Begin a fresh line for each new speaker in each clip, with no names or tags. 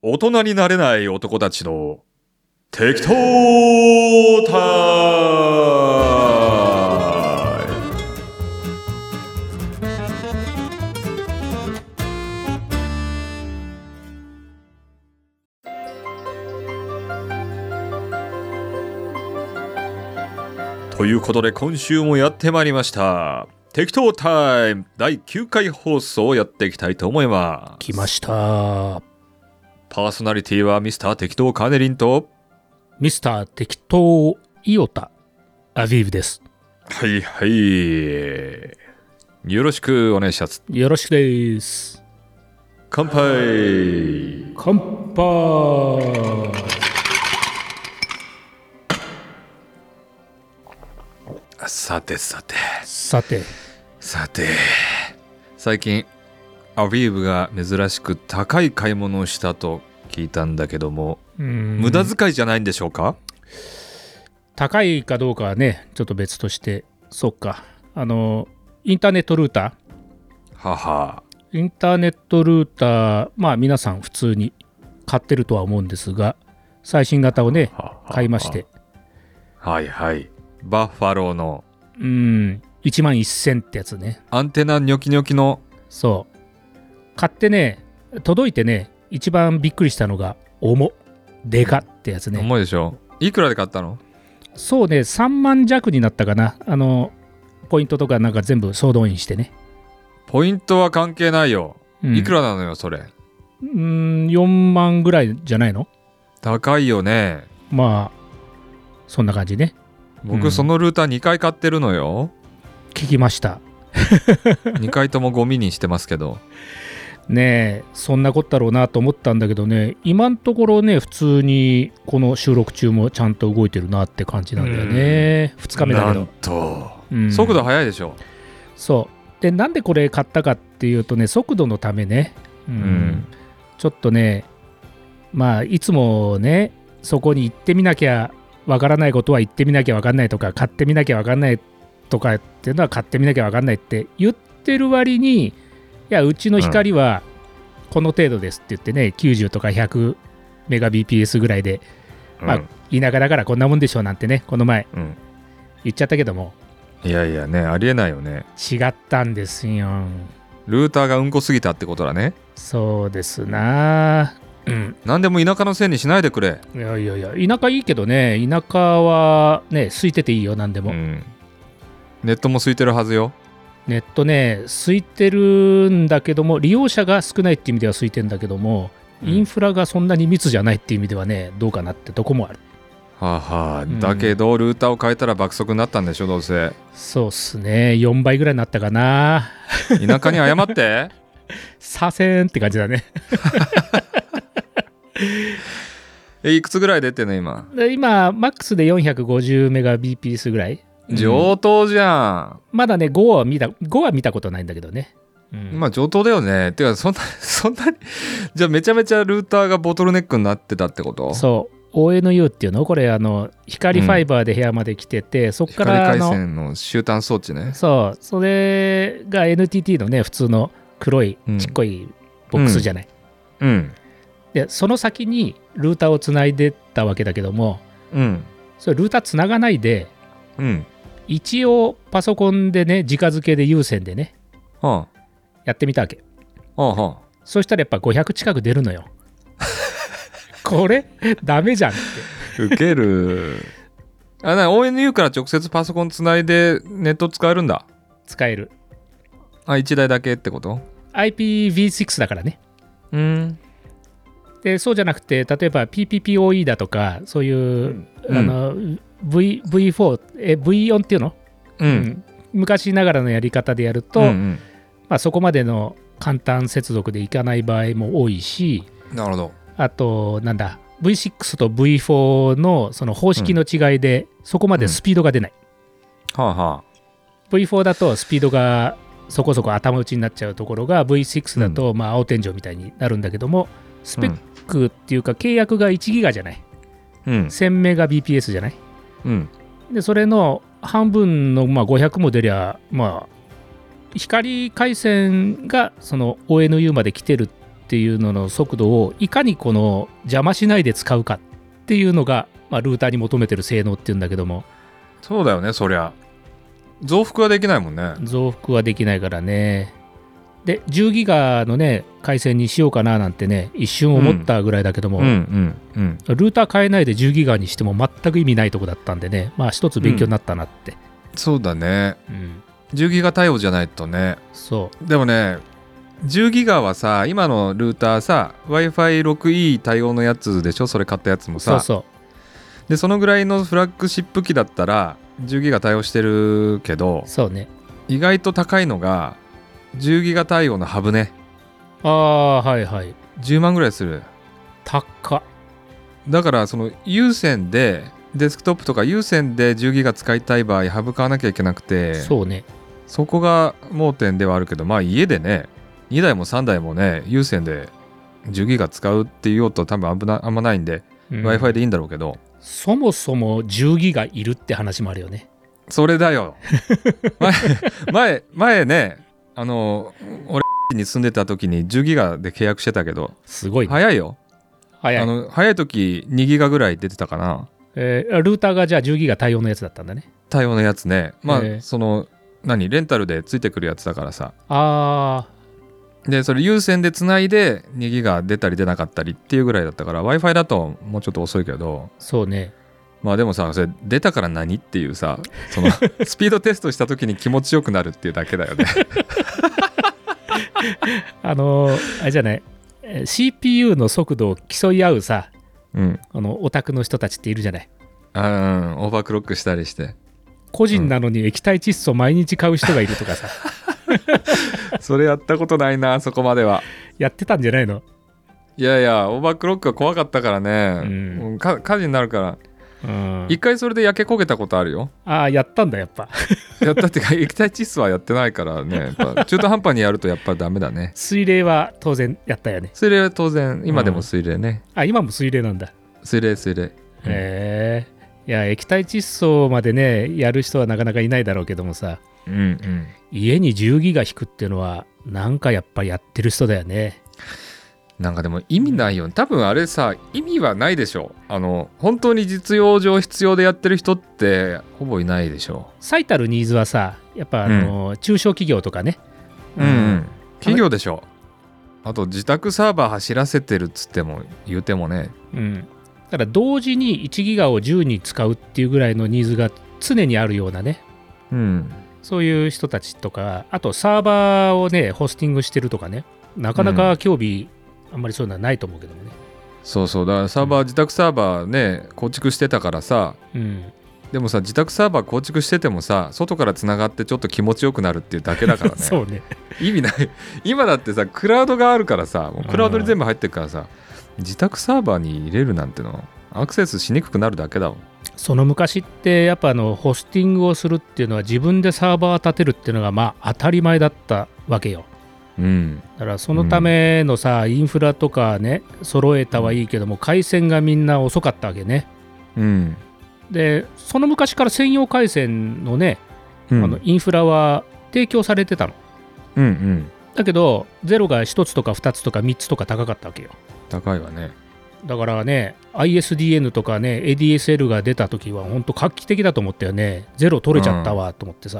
大人になれない男たちの適当タイムということで今週もやってまいりました適当タイム第9回放送をやっていきたいと思います
来ました。
パーソナリティはミスター適当カーネリンと
ミスター適当イオタ、アビーブです。
はいはいよろしくお願いします
よろしくです。
乾杯
乾杯
さてさて
さて、
さて最近アビーブが珍しく高い買い物をしたと聞いたんだけども、
無
無駄遣いじゃないんでしょうか
高いかどうかはね、ちょっと別として、そっか。あの、インターネットルータ
はは
ー、インターネットルーター、まあ皆さん普通に買ってるとは思うんですが、最新型をね、
はは
買いまして、
はいはいバッファローの
うん、1万1000ってやつね。
アンテナニョキニョキの
そう。買ってね、届いてね、一番びっくりしたのが、重っ。でかってやつね。
重いでしょいくらで買ったの
そうね、3万弱になったかな。あの、ポイントとかなんか全部総動員してね。
ポイントは関係ないよ
うん
いくらなのよそれ
うーん、4万ぐらいじゃないの
高いよね
まあ、そんな感じね。う
僕
ん
そのルーター2回買ってるの よ、
聞きました。
2回ともゴミにしてますけど
ねえ、そんなこったろうなと思ったんだけどね、今のところね、普通にこの収録中もちゃんと動いてるなって感じなんだよね。2日目だけ
なん
ど。
と、
うん
速度速いでしょ
そうでなんでこれ買ったかっていうとね速度のためね、うん
ん
ちょっとねまあいつもねそこに行ってみなきゃわからないことは行ってみなきゃわかんないとか買ってみなきゃわかんないとかっていうのは買ってみなきゃわかんないって言ってる割にいやうちの光はこの程度ですって言ってね、90とか100メガ BPS ぐらいでまあ
うん
田舎だからこんなもんでしょうなんてねこの前
うん
言っちゃったけども
いやいやねありえないよね
違ったんですよ。
ルーターがうんこすぎたってことだね
そうですなうん
何でも田舎のせいにしないでくれ、
いやいやいや田舎いいけどね田舎はね空いてていいよ何で
う
も、
ん、ネットも空いてるはずよ
ネットね空いてるんだけども利用者が少ないっていう意味では空いてんだけども、
うん
インフラがそんなに密じゃないっていう意味ではねどうかなってとこもある
はあはあ
ん
だけどルーターを変えたら爆速になったんでしょどうせ
そうっすね4倍ぐらいになったかな
田舎に謝って
左遷って感じだね
えいくつぐらい出てんの今
で今マックスで450メガ BPS ぐらい、うん
上等じゃ
まだね5は見た5は見たことないんだけどね、うん
ん、まあ上等だよねてかそんな そんなにじゃあめちゃめちゃルーターがボトルネックになってたってこと
そう、ONU っていうのこれ、あの、光ファイバーで部屋まで来てて、そこか
光
ら、あ
回
の、
線の終端装置ね
そう、それが NTT のね、普通の黒い
うん、
ちっこいボックスじゃない。
うん
で、その先にルーターをつないでたわけだけども、
うん
それルーターつながないで、
うん
一応パソコンでね、直付けで有線でね、
は
やってみたわけ。
あはあは
そしたらやっぱ500近く出る のよ。これ、ダメじゃんって。
あウケる あな ONU から直接パソコンつないでネット使えるんだ
使える。
あ1台だけってこと
IPv6 だからね。
うん
でそうじゃなくて例えば PPPOE だとかそういう、
うん
あの v V4 え V4 っていうの、
う
うん昔ながらのやり方でやると、
うんうん
まあ、そこまでの簡単接続でいかない場合も多いし
なるほど
あとなんだ V6 と V4 のその方式の違いで、そこまでスピードが出ない、
はあは
V4 だとスピードがそこそこ頭打ちになっちゃうところが V6 だとまあ青天井みたいになるんだけども、スペックっていうか契約が1ギガじゃない
あうん
1000メガ BPS じゃない
うん
でそれの半分の、まあ、500も出りゃまあ光回線がその ONU まで来てるっていうのの速度をいかにこの邪魔しないで使うかっていうのが、まあ、ルーターに求めてる性能っていうんだけども
そうだよねそりゃ増幅はできないもんね
増幅はできないからねで10ギガのね回線にしようかななんてね一瞬思ったぐらいだけども、
うんうんうん
ルーター変えないで10ギガにしても全く意味ないとこだったんでねまあ一つ勉強になったなって、
そうだね
うん
10ギガ対応じゃないとね
そ
でもね10ギガはさ今のルーターさ w i f i 6 e 対応のやつでしょそれ買ったやつも
うそ
さ
うそう
でそのぐらいのフラッグシップ機だったら10ギガ対応してるけど
そうね
意外と高いのが10ギガ対応のハブね
ああはいはい
10万ぐらいする
高っ
だからその有線でデスクトップとか有線で10ギガ使いたい場合ハブ買わなきゃいけなくて
そうね
そこが盲点ではあるけどまあ家でね2台も3台もね有線で10ギガ使うっていう用途は多分危なあんまないんで、
うん
w i f i でいいんだろうけど
そもそも10ギガいるって話もあるよね
それだ よ前前前ねあの俺に住んでた時に10ギガで契約してたけど
すごい、ね
早いよ
早
あ
い、
の早い時2ギガぐらい出てたかな
えールーターがじゃあ10ギガ対応のやつだったんだね
対応のやつねまあ、
ええ
その何レンタルでついてくるやつだからさ
あ
でそれ有線でつないで2ギガ出たり出なかったりっていうぐらいだったから w i f i だともうちょっと遅いけど
ーそうね
まあでもさそれ出たから何っていうさそ のスピードテストした時に気持ちよくなるっていうだけだよ ね
あのーあれじゃないえー CPU の速度を競い合うさ
うん
あのオタクの人たちっているじゃない
あーうんオーバークロックしたりして
個人なのに液体窒素毎日買う人がいるとかさ、
それやったことないなそこまでは
やってたんじゃないの
いやいやオーバークロックは怖かったからね、
うん
もうか火事になるから
うん
一回それで焼け焦げたことあるよ
ああやったんだやっぱ
やったってか 液体窒素はやってないからねやっぱ中途半端にやるとやっぱダメだね
水冷は当然やったよね
水冷は当然今でも水冷ね、
あ今も水冷なんだ
水冷水冷うん
へえいや液体窒素までねやる人はなかなかいないだろうけどもさ
うんうん
家に10ギガ引くっていうのはなんかやっぱやってる人だよね
なんかでも意味ないよね多分あれさ意味はないでしょあの本当に実用上必要でやってる人ってほぼいないでしょ
最たるニーズはさやっぱあの、中小企業とかね
企業でしょあと自宅サーバー走らせてるっつっても言うてもね
うんだから同時に1ギガを10に使うっていうぐらいのニーズが常にあるようなね
うん
そういう人たちとかあとサーバーをねホスティングしてるとかねなかなか興味あんまりそういうのはないと思うけどもね
そうそうだからサーバー自宅サーバーね構築してたからさ
うん
でもさ自宅サーバー構築しててもさ外からつながってちょっと気持ちよくなるっていうだけだから ね
そうね
意味ない今だってさクラウドがあるからさもうクラウドに全部入ってるからさ自宅サーバーに入れるなんてのアクセスしにくくなるだけだもん
その昔ってやっぱあのホスティングをするっていうのは自分でサーバー立てるっていうのがまあ当たり前だったわけよ
うん
だからそのためのさ、インフラとかね揃えたはいいけども回線がみんな遅かったわけね
うん、
でその昔から専用回線のね、
うん、
あのインフラは提供されてたの
うんうん
だけどゼロが1つとか2つとか3つとか高かったわけよ
高いわね
だからね ISDN とかね ADSL が出た時は本当画期的だと思ったよねゼロ取れちゃったわと思ってさ、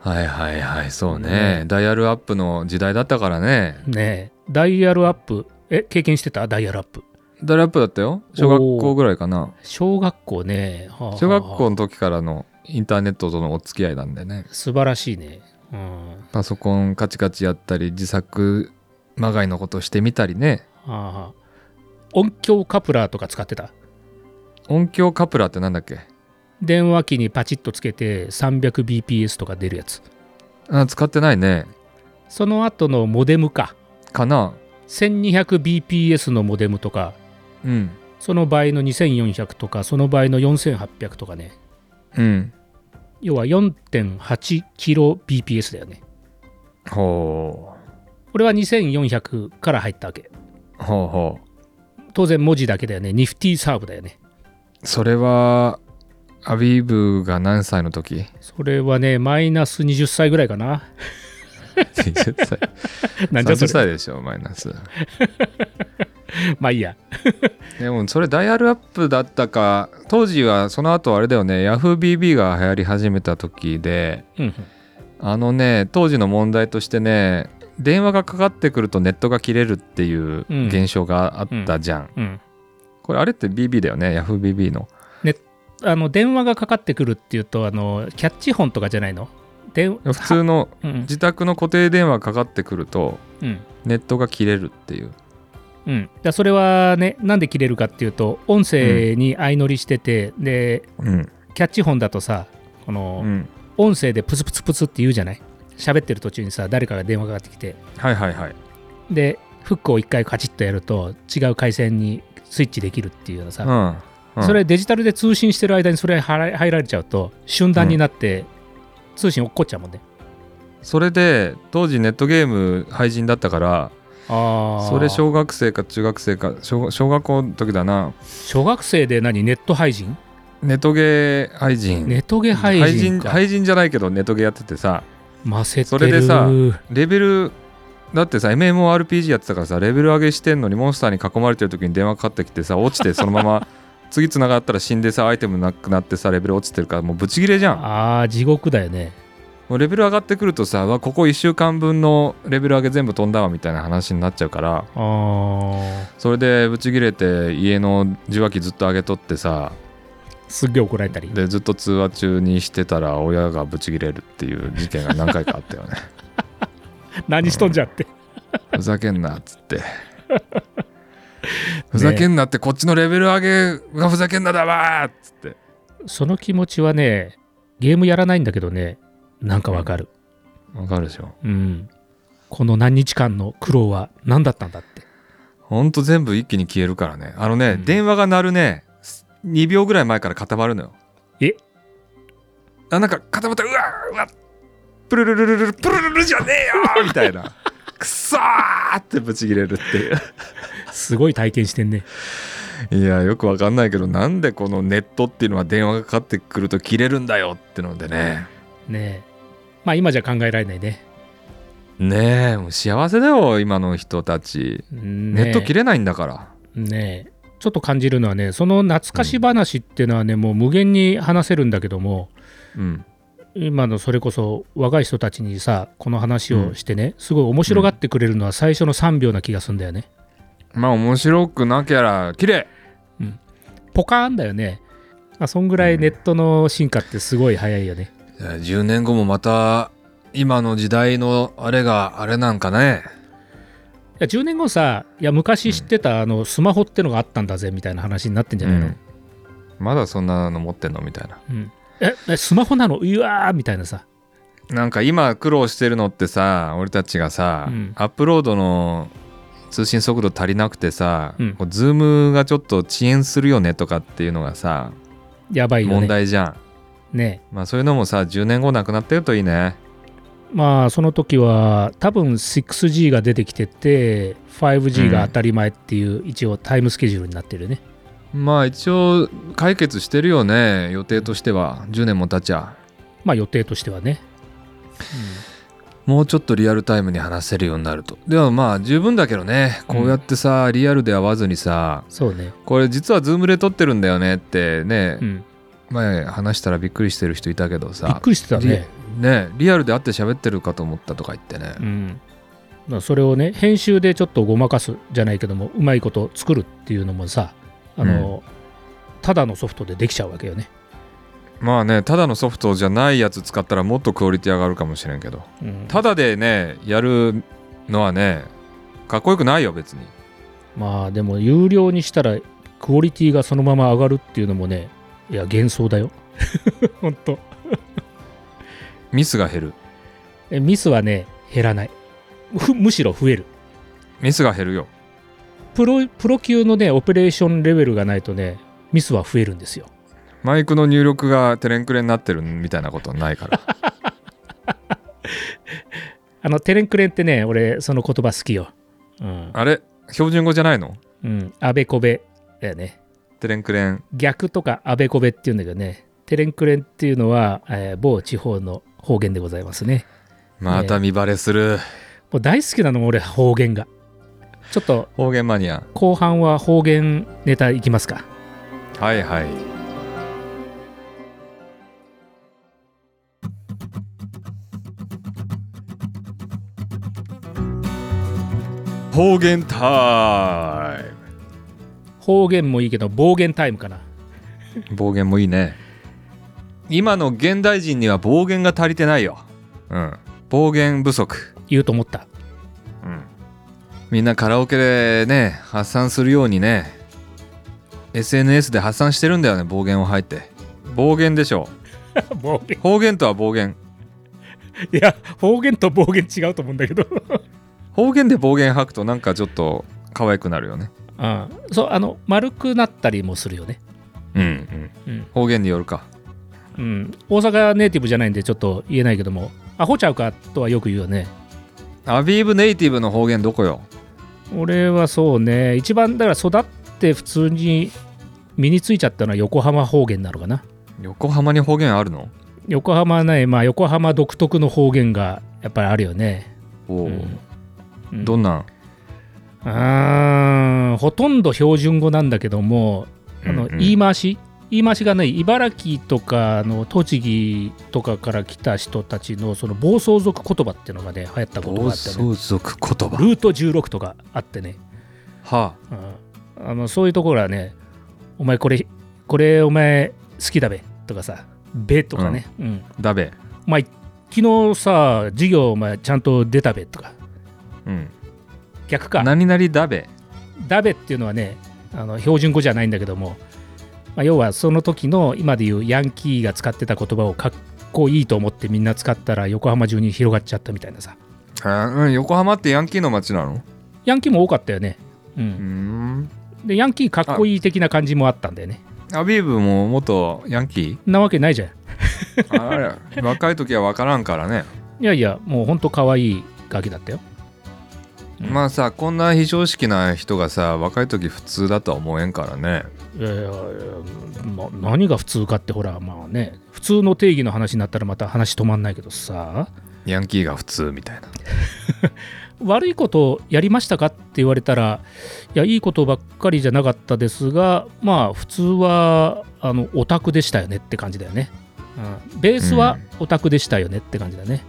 はいはいはいそうね、ダイヤルアップの時代だったからね
ねえダイヤルアップえ経験してたダイヤルアップ
ダイヤルアップだったよ小学校ぐらいかな
小学校ね、はあはあ
小学校の時からのインターネットとのお付き合いなんでね
素晴らしいね、うん
パソコンカチカチやったり自作まがいのことしてみたりね
ああ音響カプラーとか使ってた
音響カプラーってなんだっけ
電話機にパチッとつけて 300bps とか出るやつ
あ使ってないね
その後のモデムか
かな
1200bps のモデムとか
うん
その倍の2400とかその倍の4800とかね
うん
要は 4.8kbps だよね
ほ
これは2400から入ったわけ
うほうほ
当然文字だけだよねニフティサーブだよね
うそれはア ビーブが何歳の時
それはねマイナス20歳ぐらいかな
20歳。
なんじゃそ
30
れ。
歳でしょ、マイナス。
まあいいや。
でもそれダイヤルアップだったか、当時はその後あれだよね、YahooBB が流行り始めた時で、
うん
あのね、当時の問題としてね、電話がかかってくるとネットが切れるっていう
うん
現象があったじゃん。
うん。うん。
これあれって BB だよね、YahooBB の。
あの、電話がかかってくるっていうと、あの、キャッチ本とかじゃないの電
普通の
うん。
自宅の固定電話かかってくると、
うん。
ネットが切れるっていう。
うん、だからそれはね、なんで切れるかっていうと、音声に相乗りしてて、で、
うん。
キャッチ本だとさ、
う
この、
ん。
音声でプツプツプツって言うじゃない喋ってる途中にさ、誰かが電話かかってきて、
はいはいはい。
で、フックを一回カチッとやると、違う回線にスイッチできるっていうのさ、
うん。うん
それデジタルで通信してる間にそれ入ら入られちゃうと、瞬断になって、通信落っこっちゃうもんね。
それで当時ネットゲーム廃人だったから
あ
それ小学生か中学生か小小学校の時だな
小学生で何ネット配信
ネットゲー廃人
ネットゲ配
廃
信
人
か。
廃人じゃないけどネットゲーやっててさ
ませてる。
それでさレベルだってさ MMORPG やってたからさレベル上げしてんのにモンスターに囲まれてる時に電話かかってきてさ落ちてそのまま次繋がったら死んでさアイテムなくなってさレベル落ちてるからもうブチギレじゃん
ああ、地獄だよね。
もうレベル上がってくるとさうわここ1週間分のレベル上げ全部飛んだわみたいな話になっちゃうから
あー
それでブチギレて家の受話器ずっと上げとってさ
すっげえ怒られたり。
でずっと通話中にしてたら親がブチギレるっていう事件が何回かあったよね
何しとんじゃって。
ふざけんなっつってふざけんなってこっちのレベル上げがふざけんなだわーっつって
その気持ちはね、ゲームやらないんだけどね、なんかわかる。
わかるでしょ
うん。この何日間の苦労は何だったんだって。
ほんと全部一気に消えるからねあのね、
うん
電話が鳴るね2秒ぐらい前から固まるのよ
え
あなんか固まったうわーうわプルルルルルルプルルルじゃねえ よーみたいなくそーってブチギレるっていう
すごい体験してんね。
いやよくわかんないけどなんでこのネットっていうのは電話がかかってくると切れるんだよってのでね
ねえ。まあ今じゃ考えられないね。
ねえもう幸せだよ今の人たち
ネ
ネット切れないんだから、
ねえ。ちょっと感じるのはね、その懐かし話っていうのはね、もう無限に話せるんだけども、
うん
今のそれこそ若い人たちにさ、この話をしてね、すごい面白がってくれるのは最初の3秒な気がするんだよね。
まあ面白くなきゃら綺麗
ポカーンだよね。まあ、そんぐらいネットの進化ってすごい早いよね。
いや10年後もまた今の時代のあれがあれなんかね
いや10年後さ、いや昔知ってたあのスマホってのがあったんだぜみたいな話になってんじゃないの、
うんまだそんなの持ってんのみたいな
うんええスマホなのうわーみたいなさ。
なんか今苦労してるのってさ俺たちがさ、
うん
アップロードの通信速度足りなくてさ、
うん
こうズームがちょっと遅延するよねとかっていうのがさ、
やばいよね。
問題じゃん
ね
まあそういうのもさ10年後なくなってるといいね
まあその時は多分 6G が出てきてて 5G が当たり前っていう、一応タイムスケジュールになってるよね。
まあ一応解決してるよね予定としては10年も経っちゃ
まあ予定としてはね。
もうちょっとリアルタイムに話せるようになるとでもまあ十分だけどねこうやってさ、リアルで会わずにさ
そうね。
これ実はズームで撮ってるんだよねってね、
うん、
前話したらびっくりしてる人いたけど
びっ
さ
くりしてたね。
リねリアルで会って喋ってるかと思ったとか言ってね、
うん、だからそれをね編集でちょっとごまかすじゃないけどもうまいこと作るっていうのもさあの、ただのソフトでできちゃうわけよね、
まあねただのソフトじゃないやつ使ったらもっとクオリティ上がるかもしれんけど
うん
ただでねやるのはねかっこよくないよ別に
まあでも有料にしたらクオリティがそのまま上がるっていうのもねいや幻想だよ 本当
ミスが減る
えミスはね減らないふむしろ増える
ミスが減るよ
プロプロ級のねオペレーションレベルがないとねミスは増えるんですよ
マイクの入力がテレンクレになってるみたいなことないから
あのテレンクレンってね俺その言葉好きようん、
あれ標準語じゃないの
うん、あべこべだよね
テレンクレン
逆とかあべこべっていうんだけどねテレンクレンっていうのは、えー某地方の方言でございますね
また見バレする、
もう大好きなのも俺方言がちょっと
方言マニア
後半は方言ネタいきますか
はいはい方言タ
方言もいいけど暴言タイムかな
イム暴言もいいね今の現代人には暴言が足りてないよ、うん、暴言不足、
言うと思った
うん、みんなカラオケでね発散するようにね SNS で発散してるんだよね暴言を吐いて暴言でしょ
暴言
方言とは暴言
いや方言と暴言違うと思うんだけど
方言で暴言吐くとなんかちょっと可愛くなるよね
うんそうあの丸くなったりもするよね
うんうん
うん、
方言によるか
うん、大阪ネイティブじゃないんでちょっと言えないけどもアホちゃうかとはよく言うよね
アビーブネイティブの方言どこよ
俺はそうね一番だから育って普通に身についちゃったのは横浜方言なのかな
横浜に方言あるの
横浜はねまあ横浜独特の方言がやっぱりあるよね
おお、
うんうん
どんなん
うーんほとんど標準語なんだけどもあの、
うんうん
言い回し言い回しがね茨城とかあの栃木とかから来た人たちのその暴走族言葉っていうのがね流行ったこと
暴
があって、ね、
走族言葉
ルート16とかあってね、
は
うんあのそういうところはねお前これこれお前好きだべとかさべとかね、うん
あだべ
お前昨日さ授業お前ちゃんと出たべとか
うん
逆か
何々だべ
ダベっていうのはねあの標準語じゃないんだけども、まあ、要はその時の今でいうヤンキーが使ってた言葉をかっこいいと思ってみんな使ったら横浜中に広がっちゃったみたいなさ
あうん横浜ってヤンキーの街なの
ヤンキーも多かったよね、う
うー
ん、
ん
でヤンキーかっこいい的な感じもあったんだよね
アビーブも元ヤンキ
なわけないじゃん
ーあれ若い時は分からんからね
いやいやもうほんと可愛いガキだったようん
まあさこんな非常識な人がさ若い時普通だとは思えんからね
いやいやいや、ま、何が普通かってほらまあね普通の定義の話になったらまた話止まんないけどさ
ヤンキーが普通みたいな
悪いことをやりましたかって言われたらいやいいことばっかりじゃなかったですがまあ普通はあのオタクでしたよねって感じだよね、うん、ベースはオタクでしたよねって感じだね、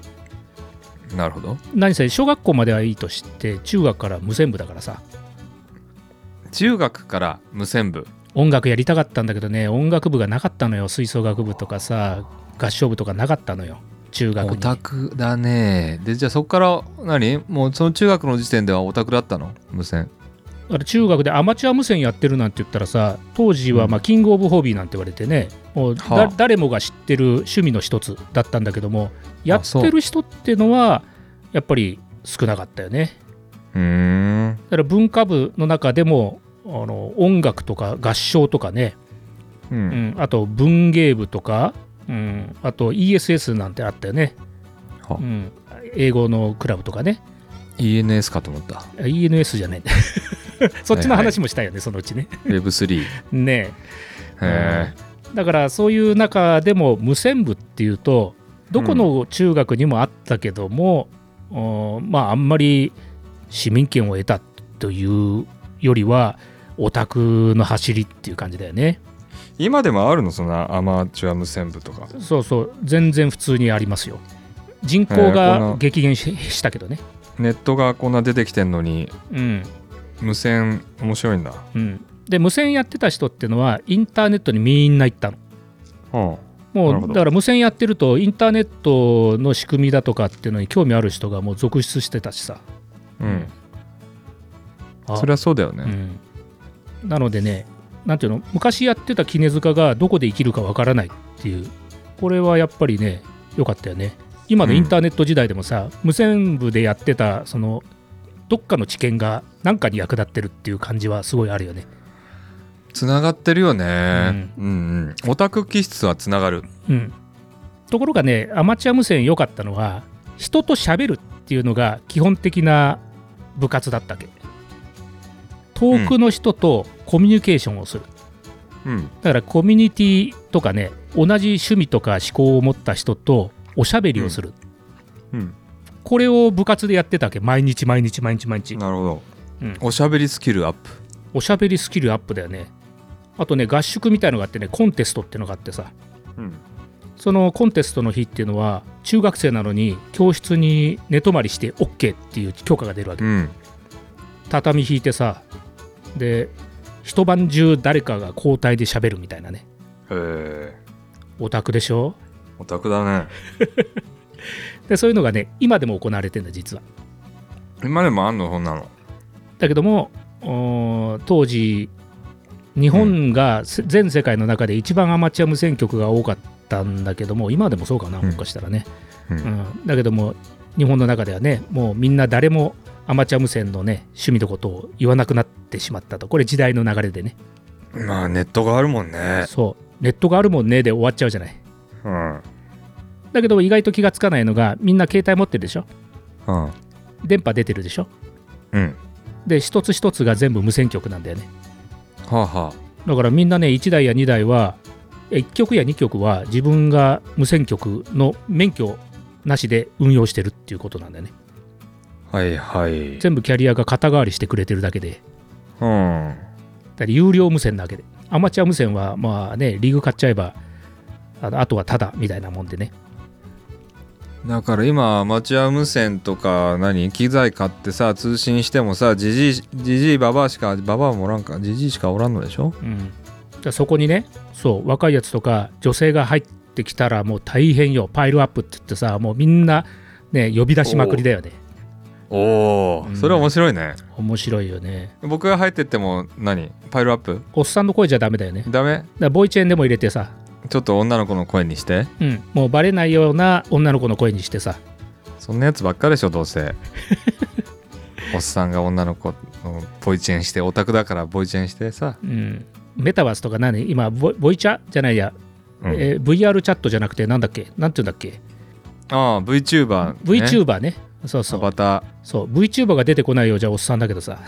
なるほど
何せ小学校まではいいとして中学から無線部だからさ
中学から無線部
音楽やりたかったんだけどね音楽部がなかったのよ吹奏楽部とかさ合唱部とかなかったのよ中学
オ
に
タクだねでじゃあそこから何もうその中学の時点ではオタクだったの無線
あれ中学でアマチュア無線やってるなんて言ったらさ当時はまあキングオブホビーなんて言われてねもうだ、
はあ
誰もが知ってる趣味の一つだったんだけどもやっ
そう
てる人ってのはやっぱり少なかったよね
うーん
だから文化部の中でもあの音楽とか合唱とかね、
う
うん
ん、
あと文芸部とか、うん、あと ESS なんてあったよね、
はあ
うん、英語のクラブとかね
ENS かと思った
ENS じゃない そっちの話もしたよね、そのうちね
Web3 へ
ねえ
え
だからそういう中でも無線部っていうとどこの中学にもあったけども、うんまああんまり市民権を得たというよりはオタクの走りっていう感じだよね
今でもあるのそんなアマチュア無線部とか
そうそう全然普通にありますよ人口
えーこ
が
の
激減ししたけどね
ネットがこんな出てきてんのに
うん
無線面白いんだ
うんで無線やってた人ってのはインターネットにみんな行ったの
うんなる
も
ほど
うだから無線やってるとインターネットの仕組みだとかっていうのに興味ある人がもう続出してたしさ
うん
あ
それはそうだよ
う
ね
ん、なのでねなんていうの昔やってた杵塚がどこで生きるかわからないっていうこれはやっぱりね良かったよね今の
うん
インターネット時代でもさ、無線部でやってたそのどっかの知見が何かに役立ってるっていう感じはすごいあるよね
つながってるよねうんうんオタク気質はつながる
うんところがねアマチュア無線良かったのは人と喋るっていうのが基本的な部活だったわけ遠くの人とコミュニケーションをする、
うん
だからコミュニティとかね同じ趣味とか思考を持った人とおしゃべりをする、
うん
これを部活でやってたわけ毎日毎日毎日毎日
なるほど、
うん
おしゃべりスキルアップ
おしゃべりスキルアップだよねあとね合宿みたいのがあってねコンテストってのがあってさ
うん
そのコンテストの日っていうのは中学生なのに教室に寝泊まりして OK っていう許可が出るわけ
うん
畳引いてさで一晩中誰かが交代で喋るみたいなね
へえ
オタクでしょ
オタクだね
でそういうのがね今でも行われてんだ実は
今でもあんのそんなの
だけどもおー当時日本がせ全世界の中で一番アマチュア無線局が多かったんだけども今でもそうかな
うん
もしかしたらね、
う
うんん、だけども日本の中ではねもうみんな誰もアマチュア無線のね趣味のことを言わなくなってしまったとこれ時代の流れでね
まあネットがあるもんね
そうネットがあるもんねで終わっちゃうじゃない
うんうん
だけど意外と気がつかないのがみんな携帯持ってるでしょ電波出てるでしょ
うん
で一つ一つが全部無線局なんだよね
はあは
だからみんなね1台や2台は1曲や2曲は自分が無線局の免許なしで運用してるっていうことなんだよね
あはいはい
全部キャリアが肩代わりしてくれてるだけで
うん
だから有料無線なわけでアマチュア無線はまあねリーグ買っちゃえばあのあとはただみたいなもんでね
だから今アマチュア無線とか何機材買ってさ通信してもさじじいじじいばばあしかばばあもおらんかじじいしかおらんのでしょ
うん、だそこにねそう若いやつとか女性が入ってきたらもう大変よパイルアップって言ってさもうみんなね呼び出しまくりだよね
おお、
うん
それは面白いね
面白いよね
僕が入ってっても何パイルアップ
おっさんの声じゃダメだよねだか
ダメ
らボイチェンでも入れてさ、
ちょっと女の子の声にして
うん、もうバレないような女の子の声にしてさ
そんなやつばっかでしょどう せおっさんが女の子のボイチェンしてオタクだからボイチェンしてさ、
うん、メタバースとか何今ボイボイチャじゃないや、
うん
えー VR チャットじゃなくてなんだっけなんて言うんだっけ
ああ VTuber、ね、
VTuber ねそうそ
ア
う
バタ
そう VTuber が出てこないようじゃおっさんだけどさ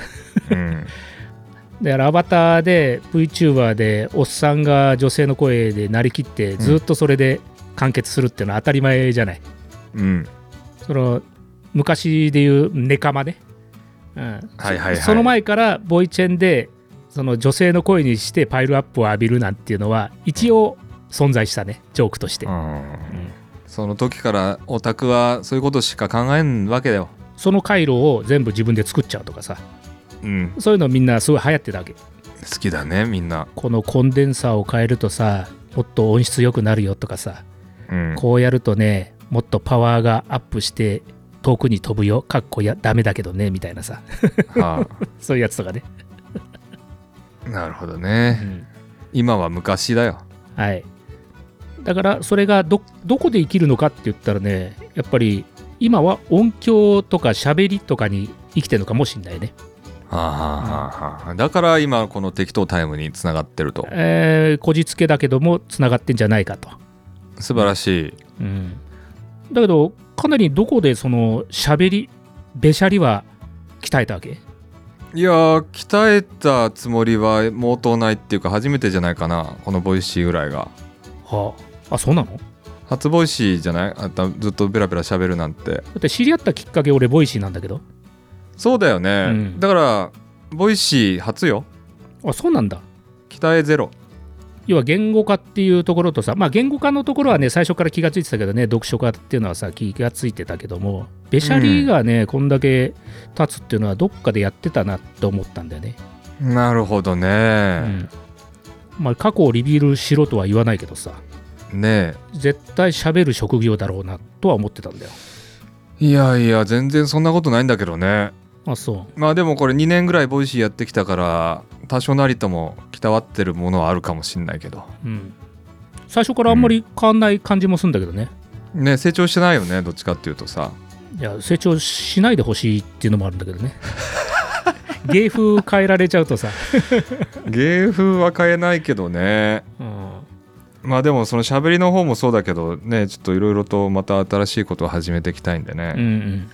ー、 うん、
だからアバターで VTuber でおっさんが女性の声でなりきってずっとそれで完結するっていうのは当たり前じゃない、
うん、
その昔でいうネカマね、うん
はいはいはい
そその前からボイチェンでその女性の声にしてパイルアップを浴びるなんていうのは一応存在したねジョークとして、
うんその時からオタクはそういうことしか考えんわけだよ
その回路を全部自分で作っちゃうとかさ
うん
そういうのみんなすごい流行ってたわけ
好きだねみんな
このコンデンサーを変えるとさもっと音質良くなるよとかさ
うん
こうやるとね、もっとパワーがアップして、遠くに飛ぶよ、かっこやダメだけどね、みたいなさ、
は
そういうやつとかね。
あ、なるほどね
ん、
今は昔だよ
はい。だから、それがど、どこで生きるのかって言ったらね、やっぱり、今は音響とか喋りとかに生きてるのかもしんないね。
はあはあはあはあだから今この適当タイムにつながってると
えー、こじつけだけども、つながってんじゃないかと。
素晴らしい
うん。だけど、かなりどこでその喋り、べしゃりは鍛えたわけ
いやー鍛えたつもりは毛頭ないっていうか初めてじゃないかなこのボイシーぐらいが
はあ、あ、そうなの
初ボイシーじゃないあんたずっとベラベラ喋るなんて
だって知り合ったきっかけ俺ボイシーなんだけど
そうだよね、
うん
だからボイシー初よ
あそうなんだ
鍛えゼロ
要は言語化っていうところとさまあ言語化のところはね最初から気がついてたけどね読書家っていうのはさ気がついてたけどもべしゃりがね、こんだけ立つっていうのはどっかでやってたなって思ったんだよね、
なるほど
う
ね、
んまあ、過去をリビールしろとは言わないけどさ
ね
絶対喋る職業だろうなとは思ってたんだよ
えいやいや全然そんなことないんだけどね
あそ
まあでもこれ2年ぐらいボイシーやってきたから多少なりとも鍛わってるものはあるかもしんないけど
ううん最初からあんまり変わんない感じもするんだけどね、
ね成長してないよねどっちかっていうとさ
いや成長しないでほしいっていうのもあるんだけど ね芸風変えられちゃうとさ、
芸風は変えないけどね
うん
まあでもその喋りの方もそうだけどねちょっといろいろとまた新しいことを始めていきたいんで
うんう
ね、
ん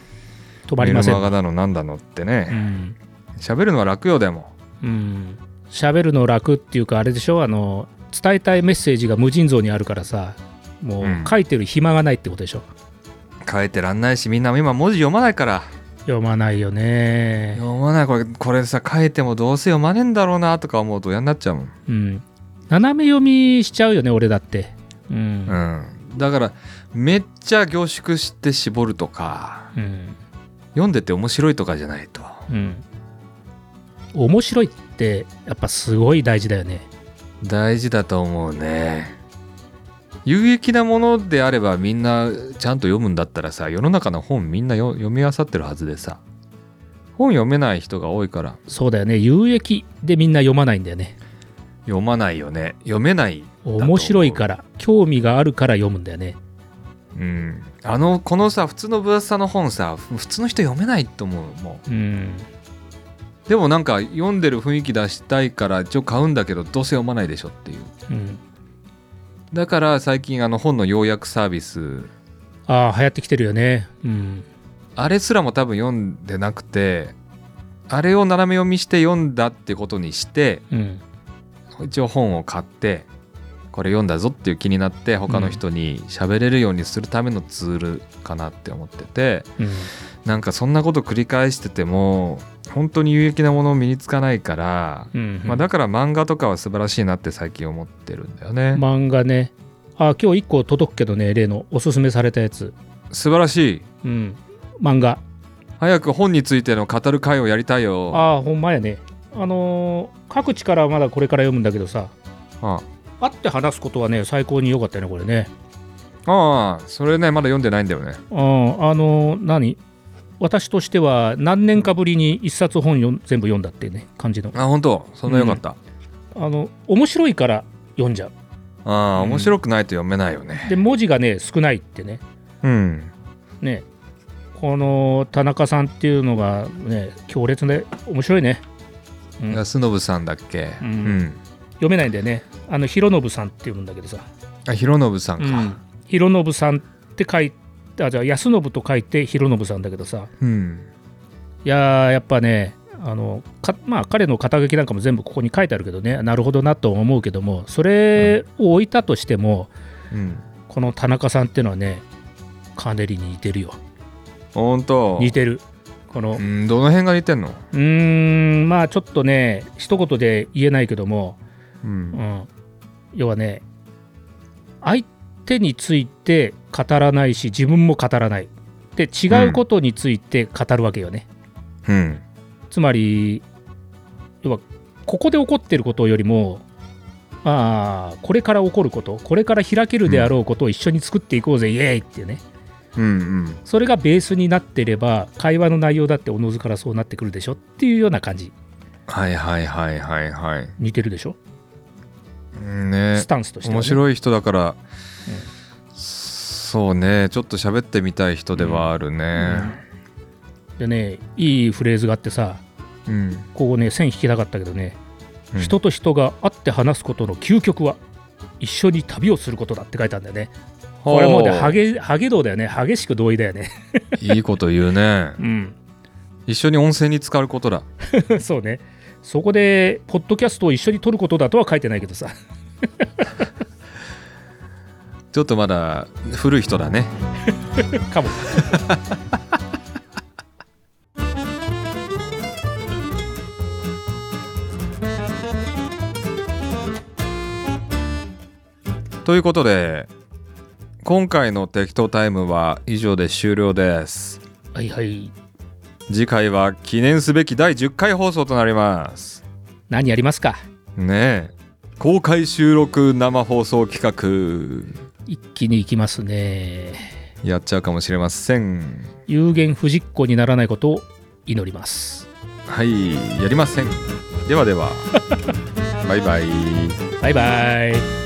止
マ
ま
リ
りません
マガだのなんだのって
う
ね
ん
喋、るのは楽よでも
うん喋るの楽っていうかあれでしょあの伝えたいメッセージが無尽蔵にあるからさも
うん
う書いてる暇がないってことでしょ、
変えてらんないしみんな今文字読まないから
読まないよね。
読まないこれこれさ変えてもどうせ読まねえんだろうなとか思うと嫌になっちゃうもん、
うん。斜め読みしちゃうよね、俺だって。うん。
うん、だからめっちゃ凝縮して絞るとか
うん。
読んでて面白いとかじゃないと
うん。面白いって、やっぱすごい大事だよね。
大事だと思うね有益なものであればみんなちゃんと読むんだったらさ世の中の本みんなよ読み漁ってるはずでさ本読めない人が多いから
そうだよね。有益でみんな読まないんだよね。
読まないよね読めない
面白いから、興味があるから読むんだよね。
うんあのこのさ普通の分厚さの本さふ普通の人読めないと思うも
うん。
うでもなんか読んでる雰囲気出したいから一応買うんだけどどうせ読まないでしょっていう
うん。
だから最近あの本の要約サービス
ああ、流行ってきてるよね。うん。
あれすらも多分読んでなくてあれを斜め読みして読んだってことにして
うん。
一応本を買ってこれ読んだぞっていう気になって他の人に喋れるようにするためのツールかなって思ってて、
うん。
なんかそんなこと繰り返してても本当に有益なものを身につかないから、
うん。
まあ、だから漫画とかは素晴らしいなって最近思ってるんだよね、
漫画ね。あ今日1個届くけどね、例のおすすめされたやつ。
素晴らしい
うん。漫画。
早く本についての語る会をやりたいよ
ああ、ほんまやね。あのー各地からはまだこれから読むんだけどさ、
あ
会って話すことはね、最高に良かったよね、これね。
ああそれねまだ読んでないんだよね
うん。あのー何私としては何年かぶりに一冊本よん全部読んだっていうね、感じの。
あ本当そんなよかった、
あの、面白いから読んじゃう。
ああ
うん
面白くないと読めないよね
で、文字がね、少ないってね。
うん
ね。この田中さんっていうのがね、強烈で面白いね。うん
安信さんだっけ
う
うんん、
読めないんだよね。あの、ひろのぶさんって読むんだけどさ。
あ広信さんか
ひろのぶさんって書いて、あ、じゃあ、安信と書いて、ひろのぶさんだけどさ。
うん、
いやー、やっぱね、あのかまあ、彼の肩書きなんかも全部ここに書いてあるけどね、なるほどなと思うけども、それを置いたとしても、
うん、
この田中さんっていうのはね、かなり似てるよ。
本当
似てる。この、う
うんどの辺が似てんの、
ーん、まあちょっとね、一言で言えないけども、
う、
うんん、要はね、相手について語らないし、自分も語らない。で、違うことについて語るわけよね。
うん、
つまり、要は、ここで起こってることよりも、まあ、これから起こること、これから開けるであろうことを一緒に作っていこうぜ、イエーイっていうね、
うんうん
それがベースになってれば、会話の内容だっておのずからそうなってくるでしょっていうような感じ、
はいはいはいはいはい
似てるでしょ、
うんね
スタンスとしてはね、
面白い人だから、そうねちょっと喋ってみたい人ではあるね
でね、いいフレーズがあってさ、
うん、
ここね、線引きたかったけどね、
うん
人と人が会って話すことの究極は、一緒に旅をすることだって書いてあるんだよね。これはもうね、
ほう
ハゲ、ハゲ道だよね。激しく同意だよね。
いいこと言うね
うん。
一緒に温泉に浸かることだ
そうね。そこで、ポッドキャストを一緒に撮ることだとは書いてないけどさ。
ちょっとまだ古い人だね
かも。
ということで今回の適当タイムは以上で終了です
はいはい。
次回は記念すべき第10回放送となります
何やりますか
ねえ公開収録生放送企
一気に行きますね。
画やっちゃうかもしれません
有言不実行にならないことを祈ります。
はいやりませんではではバイバイ
バイバイ。